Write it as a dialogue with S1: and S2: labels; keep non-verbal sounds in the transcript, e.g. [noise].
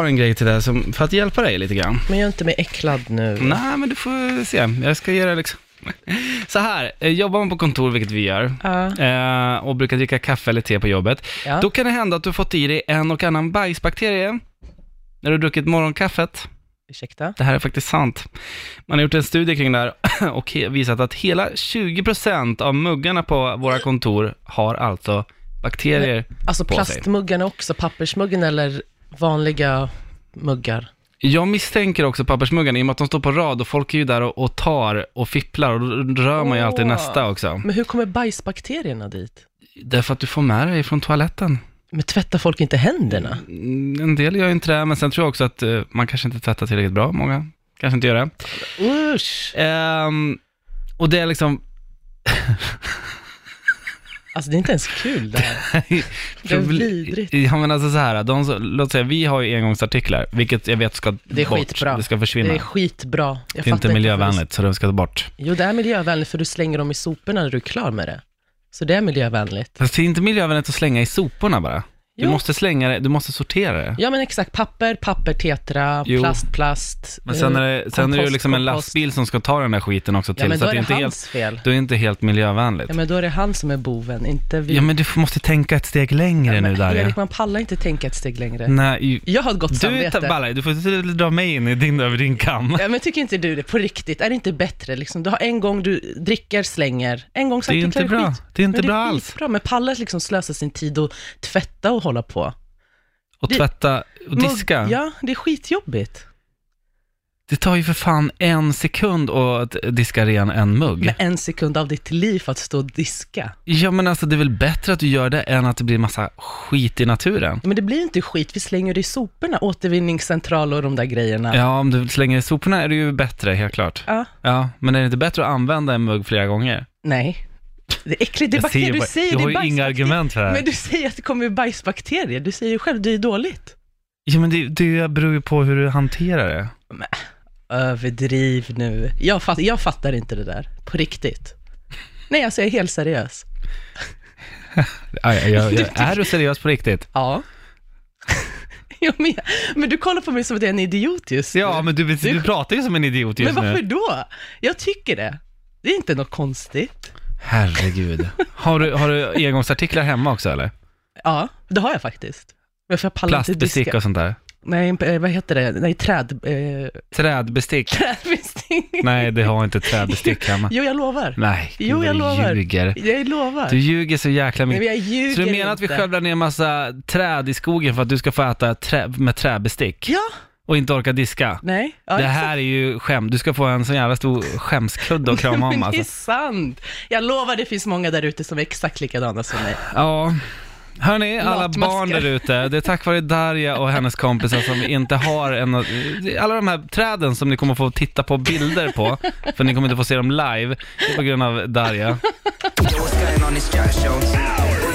S1: har en grej till dig som, för att hjälpa dig lite grann.
S2: Men gör inte mig äcklad nu.
S1: Nej, men du får se. Jag ska göra liksom... [laughs] Så här, eh, jobbar man på kontor, vilket vi gör,
S2: Ja.
S1: eh, och brukar dricka kaffe eller te på jobbet,
S2: Ja.
S1: då kan det hända att du fått i dig en och annan bajsbakterie när du druckit morgonkaffet.
S2: Ursäkta?
S1: Det här är faktiskt sant. Man har gjort en studie kring det här [clears throat] och he- visat att hela 20% av muggarna på våra kontor har alltså bakterier.
S2: Alltså
S1: På sig.
S2: plastmuggarna också, pappersmuggen eller vanliga muggar?
S1: Jag misstänker också pappersmuggarna i och med att de står på rad och folk är ju där och, och tar och fipplar och då rör man ju alltid
S2: Åh.
S1: nästa också.
S2: Men hur kommer bajsbakterierna dit?
S1: Därför att du får med dig från toaletten.
S2: Men tvättar folk inte händerna?
S1: Mm, En del gör ju inte det, men sen tror jag också att eh, man kanske inte tvättar tillräckligt bra, många kanske inte gör det.
S2: Mm. Usch!
S1: Ehm, och det är liksom
S2: Alltså det är inte ens kul [laughs] det
S1: [laughs]
S2: här. Det är vidrigt.
S1: Ja men alltså så här, de, som- låt säga vi har ju engångsartiklar, vilket jag vet ska
S2: Det är
S1: bort,
S2: skitbra.
S1: det ska försvinna.
S2: Det är skitbra. Jag
S1: det är inte
S2: fattar varför
S1: miljövänligt, så de ska bort.
S2: Du... Jo, det är miljövänligt för du slänger dem i soporna när du är klar med det. Så det är miljövänligt.
S1: Fast det är inte miljövänligt att slänga i soporna bara. Du
S2: Jo.
S1: måste slänga det, du måste sortera det.
S2: Ja men exakt, papper, papper, tetra,
S1: Jo.
S2: plast, plast.
S1: Men sen är det, sen är det ju
S2: Eh, kompost,
S1: liksom en
S2: kompost.
S1: lastbil som ska ta den där skiten också till,
S2: Ja men
S1: så
S2: då
S1: att
S2: är
S1: det
S2: det
S1: är inte
S2: hans
S1: helt,
S2: fel.
S1: då är det inte helt miljövänligt.
S2: Ja men då är det han som är boven, inte vi.
S1: Ja men du får- måste tänka ett steg längre nu Darja.
S2: Erik, man pallar inte tänka ett steg längre.
S1: Nej, ju-
S2: Jag har ett gott
S1: du är
S2: samvete.
S1: taballa, du får dra mig in i din, över din kam.
S2: [laughs] Ja, men tycker inte du det på riktigt? Är det inte bättre liksom? Du har en gång du dricker, slänger, en gång
S1: Det är ju inte bra, det är inte bra alls.
S2: Bra, men pallar liksom slösa sin tid och tvätta och hålla på.
S1: Och
S2: Det-
S1: tvätta och diska.
S2: Mugg- Ja, det är skitjobbigt.
S1: Det tar ju för fan en sekund att diska ren en mugg.
S2: Med en sekund av ditt liv för att stå och diska.
S1: Ja men alltså det är väl bättre att du gör det än att det blir massa skit i naturen.
S2: Men det blir inte skit, vi slänger det i soporna, återvinningscentral och de där grejerna.
S1: Ja, om du slänger i soporna är det ju bättre, helt klart.
S2: Ja.
S1: Ja, men är det inte bättre att använda en mugg flera gånger?
S2: Nej. Det är äckligt, det är
S1: Jag ser ju
S2: bakterier. Du
S1: bara-
S2: säger
S1: jag
S2: det
S1: har
S2: är
S1: ju inga
S2: bajsbakterier.
S1: argument för det här.
S2: Men du säger att det kommer bajsbakterier. Du säger ju själv, det är ju dåligt.
S1: Ja, men det, det beror ju på hur du hanterar det.
S2: Överdriv nu. Jag, fatt, jag fattar inte det där, på riktigt. Nej, alltså jag är helt seriös.
S1: Aj,
S2: [laughs]
S1: jag, jag, är du seriös på riktigt?
S2: Ja. jo, men, [laughs] jag- men du kollar på mig som att jag är en idiot just nu.
S1: Ja, men du, du pratar ju som en idiot
S2: men
S1: just
S2: varför
S1: nu.
S2: då? Jag tycker det. Det är inte något konstigt.
S1: Herregud. Har du, har du engångsartiklar hemma också eller?
S2: Ja, det har jag faktiskt. Men för jag pallar inte
S1: Plastbestick
S2: diska.
S1: och sånt där?
S2: Nej, eh, vad heter det? Nej, träd... Eh, [laughs]
S1: Trädbestick?
S2: trädbestick.
S1: Nej, det har inte trädbestick
S2: [laughs]
S1: hemma.
S2: Jo, jag lovar.
S1: Nej,
S2: Jo, jag
S1: du
S2: lovar.
S1: ljuger.
S2: Jag lovar.
S1: Du ljuger så jäkla
S2: Nej,
S1: mycket.
S2: men jag ljuger
S1: Så du menar att vi
S2: inte.
S1: skövlar ner massa träd i skogen för att du ska få äta trä, med träbestick
S2: Ja,
S1: och inte orka diska?
S2: nej. Ja,
S1: det
S2: exakt.
S1: här är ju skämt. Du ska få en så jävla stor skämskudde att krama
S2: [laughs] Men
S1: om
S2: det är
S1: alltså.
S2: sant. Jag lovar, det finns många där ute som är exakt likadana som mig.
S1: Ja. Hörni, alla
S2: Latmaskar.
S1: barn där ute, det är tack vare Darja och hennes kompisar som inte har en... Alla de här träden som ni kommer få titta på bilder på, för ni kommer inte få se dem live, det är på grund av Darja.
S3: Yo, what's good on this Josh Jones? Hour.